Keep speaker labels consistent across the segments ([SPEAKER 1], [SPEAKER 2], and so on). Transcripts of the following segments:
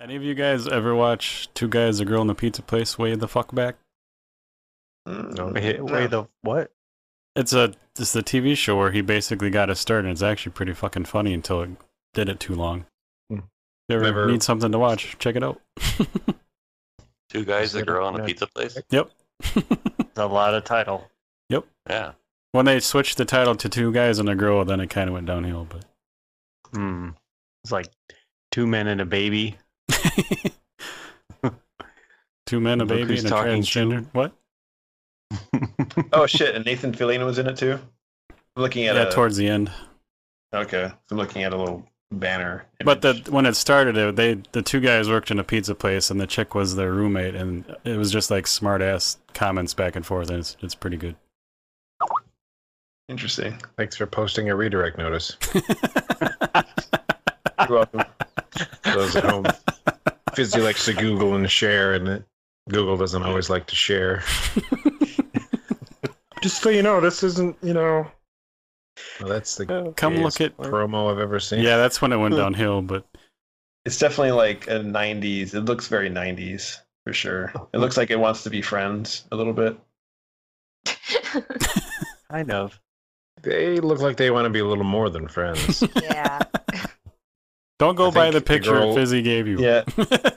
[SPEAKER 1] Any of you guys ever watch Two Guys, a Girl in a Pizza Place way the fuck back?
[SPEAKER 2] No.
[SPEAKER 3] Wait, wait, the what?
[SPEAKER 1] It's a it's the TV show where he basically got his start, and it's actually pretty fucking funny until it did it too long.
[SPEAKER 3] Hmm.
[SPEAKER 1] If you ever
[SPEAKER 2] Never-
[SPEAKER 1] need something to watch, check it out.
[SPEAKER 4] Two guys, a
[SPEAKER 3] Yeah,
[SPEAKER 4] girl, and a
[SPEAKER 3] yeah.
[SPEAKER 4] pizza place.
[SPEAKER 1] yep.
[SPEAKER 3] It's a lot of title.
[SPEAKER 4] Yeah.
[SPEAKER 1] when they switched the title to Two Guys and a Girl, then it kind of went downhill. But
[SPEAKER 3] Hmm. It's like two men and a baby.
[SPEAKER 1] two men, a
[SPEAKER 3] Look
[SPEAKER 1] baby,
[SPEAKER 3] who's
[SPEAKER 1] and a
[SPEAKER 3] talking
[SPEAKER 1] transgender. What?
[SPEAKER 2] Oh shit! And Nathan Fillion was in it too. I'm looking
[SPEAKER 1] Yeah,
[SPEAKER 2] at a,
[SPEAKER 1] towards the end.
[SPEAKER 2] okay. I'm looking at a little banner.
[SPEAKER 1] But the
[SPEAKER 2] image.
[SPEAKER 1] when it started, it, they the two guys worked in a pizza place, and the chick was their roommate, and it was just like smart ass comments back and forth, and it's it's pretty good.
[SPEAKER 2] interesting.
[SPEAKER 5] Thanks for posting a redirect notice.
[SPEAKER 2] You're welcome.
[SPEAKER 5] For those at home, Fizzy likes to Google and share, and it, Google doesn't always like to share. Just so you know, this isn't you know. Well, that's the
[SPEAKER 1] Come
[SPEAKER 5] gayest
[SPEAKER 1] look at
[SPEAKER 5] promo I've ever seen.
[SPEAKER 1] yeah, that's when it went downhill. But
[SPEAKER 2] It's definitely like a '90s. It looks very '90s for sure. It looks like it wants to be friends a little bit.
[SPEAKER 3] Kind of.
[SPEAKER 5] they look like they want to be a little more than friends.
[SPEAKER 6] yeah.
[SPEAKER 1] don't go
[SPEAKER 5] I
[SPEAKER 1] by
[SPEAKER 5] think
[SPEAKER 1] the
[SPEAKER 5] the
[SPEAKER 1] picture
[SPEAKER 5] girl-
[SPEAKER 1] Fizzy gave you.
[SPEAKER 2] Yeah,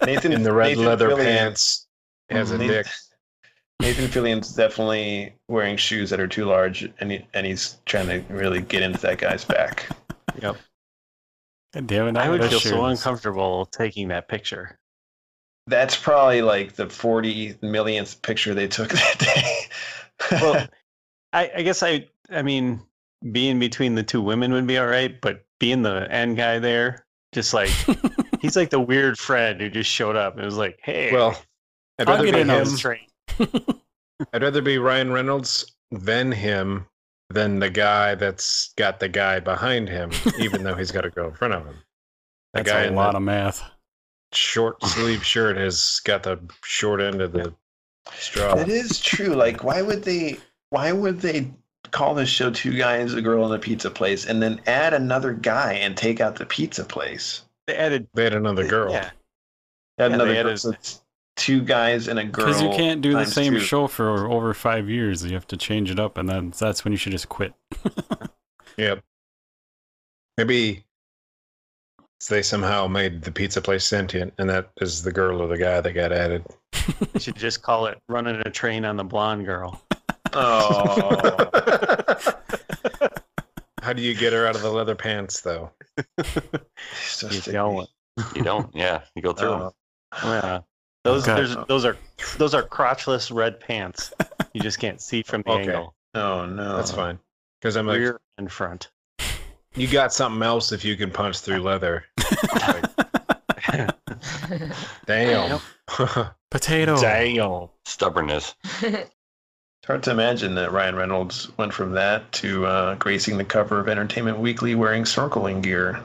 [SPEAKER 2] Nathan
[SPEAKER 5] In the red
[SPEAKER 2] Nathan
[SPEAKER 5] leather
[SPEAKER 2] Fillion-
[SPEAKER 5] pants, has a
[SPEAKER 2] Nathan-
[SPEAKER 5] dick.
[SPEAKER 2] Nathan Fillion's definitely wearing shoes that are too large, and he, and he's trying to really get into that guy's back.
[SPEAKER 1] God damn it!
[SPEAKER 3] I would
[SPEAKER 1] not
[SPEAKER 3] feel so
[SPEAKER 1] shoes.
[SPEAKER 3] uncomfortable taking that picture.
[SPEAKER 2] That's probably like the 40 millionth picture they took that day.
[SPEAKER 3] Well, I, I guess I. I mean, being between the two women would be all right, but being the end guy there, just like he's like the weird friend who just showed up and was like, "Hey,
[SPEAKER 5] Well, I'd
[SPEAKER 1] I'll
[SPEAKER 5] rather
[SPEAKER 1] get
[SPEAKER 5] be
[SPEAKER 1] in on
[SPEAKER 5] him.
[SPEAKER 1] this
[SPEAKER 3] train."
[SPEAKER 5] I'd rather be Ryan Reynolds than him than the guy that's got the guy behind him, even though he's got a girl in front of him. The
[SPEAKER 1] That's
[SPEAKER 5] guy
[SPEAKER 1] a
[SPEAKER 5] in
[SPEAKER 1] lot
[SPEAKER 5] the
[SPEAKER 1] of math.
[SPEAKER 5] short sleeve shirt has got the short end of the straw.
[SPEAKER 2] it is true. Like, why would they? Why would they call this show two guys, a girl, and a pizza place, and then add another guy and take out the pizza place?
[SPEAKER 3] They added
[SPEAKER 5] They had another girl.
[SPEAKER 3] Yeah,
[SPEAKER 2] Add
[SPEAKER 3] Yeah,
[SPEAKER 2] another
[SPEAKER 3] they
[SPEAKER 2] girl,
[SPEAKER 3] added-
[SPEAKER 2] so it's two guys and a girl.
[SPEAKER 1] Because you can't do the
[SPEAKER 2] times
[SPEAKER 1] same
[SPEAKER 2] two.
[SPEAKER 1] show for over five years. You have to change it up, and then that's when you should just quit.
[SPEAKER 5] Yep. Maybe they somehow made the pizza place sentient, and that is the girl or the guy that got added.
[SPEAKER 3] they should just call it "Running a Train on the Blonde Girl."
[SPEAKER 2] Oh,
[SPEAKER 5] How do you get her out of the leather pants, though?
[SPEAKER 2] so
[SPEAKER 3] You
[SPEAKER 2] sticky.
[SPEAKER 3] don't.
[SPEAKER 4] You don't. Yeah. You go through 'em.
[SPEAKER 2] Oh.
[SPEAKER 3] Yeah, those
[SPEAKER 1] Okay.
[SPEAKER 3] there's, those are those are crotchless red pants. You just can't see from the
[SPEAKER 5] Okay.
[SPEAKER 3] angle.
[SPEAKER 2] Oh no,
[SPEAKER 1] Uh,
[SPEAKER 5] That's fine. Because I'm like,
[SPEAKER 3] Rear and front.
[SPEAKER 5] you got something else if you can punch through leather. Like, damn.
[SPEAKER 1] Potato.
[SPEAKER 3] Damn.
[SPEAKER 4] Stubbornness.
[SPEAKER 2] It's hard to imagine that Ryan Reynolds went from that to uh, gracing the cover of Entertainment Weekly wearing snorkeling gear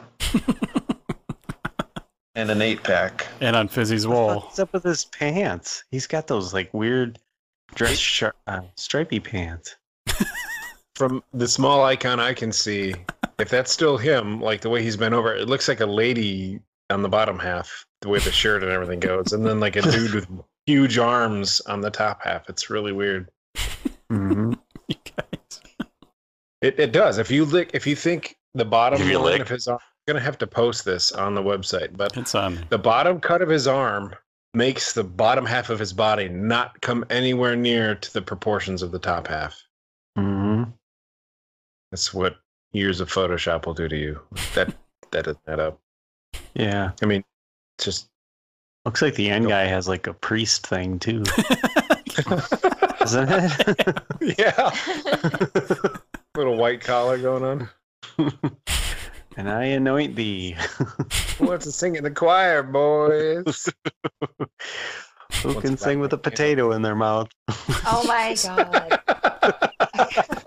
[SPEAKER 2] and an eight pack.
[SPEAKER 1] And on Fizzy's wall.
[SPEAKER 3] What's up with his pants? He's got those like weird dress shir- uh, stripy pants.
[SPEAKER 5] From the small icon I can see, if that's still him, like the way he's bent over, it looks like a lady on the bottom half, the way the shirt and everything goes, and then like a dude with huge arms on the top half. It's really weird.
[SPEAKER 1] You guys.
[SPEAKER 5] It, it does. If you lick, if you think the bottom
[SPEAKER 4] Give you a
[SPEAKER 5] line
[SPEAKER 4] lick.
[SPEAKER 5] of his arm, I'm gonna have to post this on the website, but
[SPEAKER 1] It's on there.
[SPEAKER 5] the bottom cut of his arm makes the bottom half of his body not come anywhere near to the proportions of the top half.
[SPEAKER 3] Mm-hmm.
[SPEAKER 5] That's what years of Photoshop will do to you. That that doesn't add up.
[SPEAKER 3] Yeah,
[SPEAKER 5] I mean, it's just
[SPEAKER 3] looks like the end guy has like a priest thing too, doesn't it?
[SPEAKER 5] yeah, little white collar going on.
[SPEAKER 3] and I anoint thee.
[SPEAKER 5] Who wants to sing in the choir, boys?
[SPEAKER 3] Who
[SPEAKER 5] What's
[SPEAKER 3] can
[SPEAKER 5] that?
[SPEAKER 3] sing with a potato in their mouth?
[SPEAKER 6] oh my god.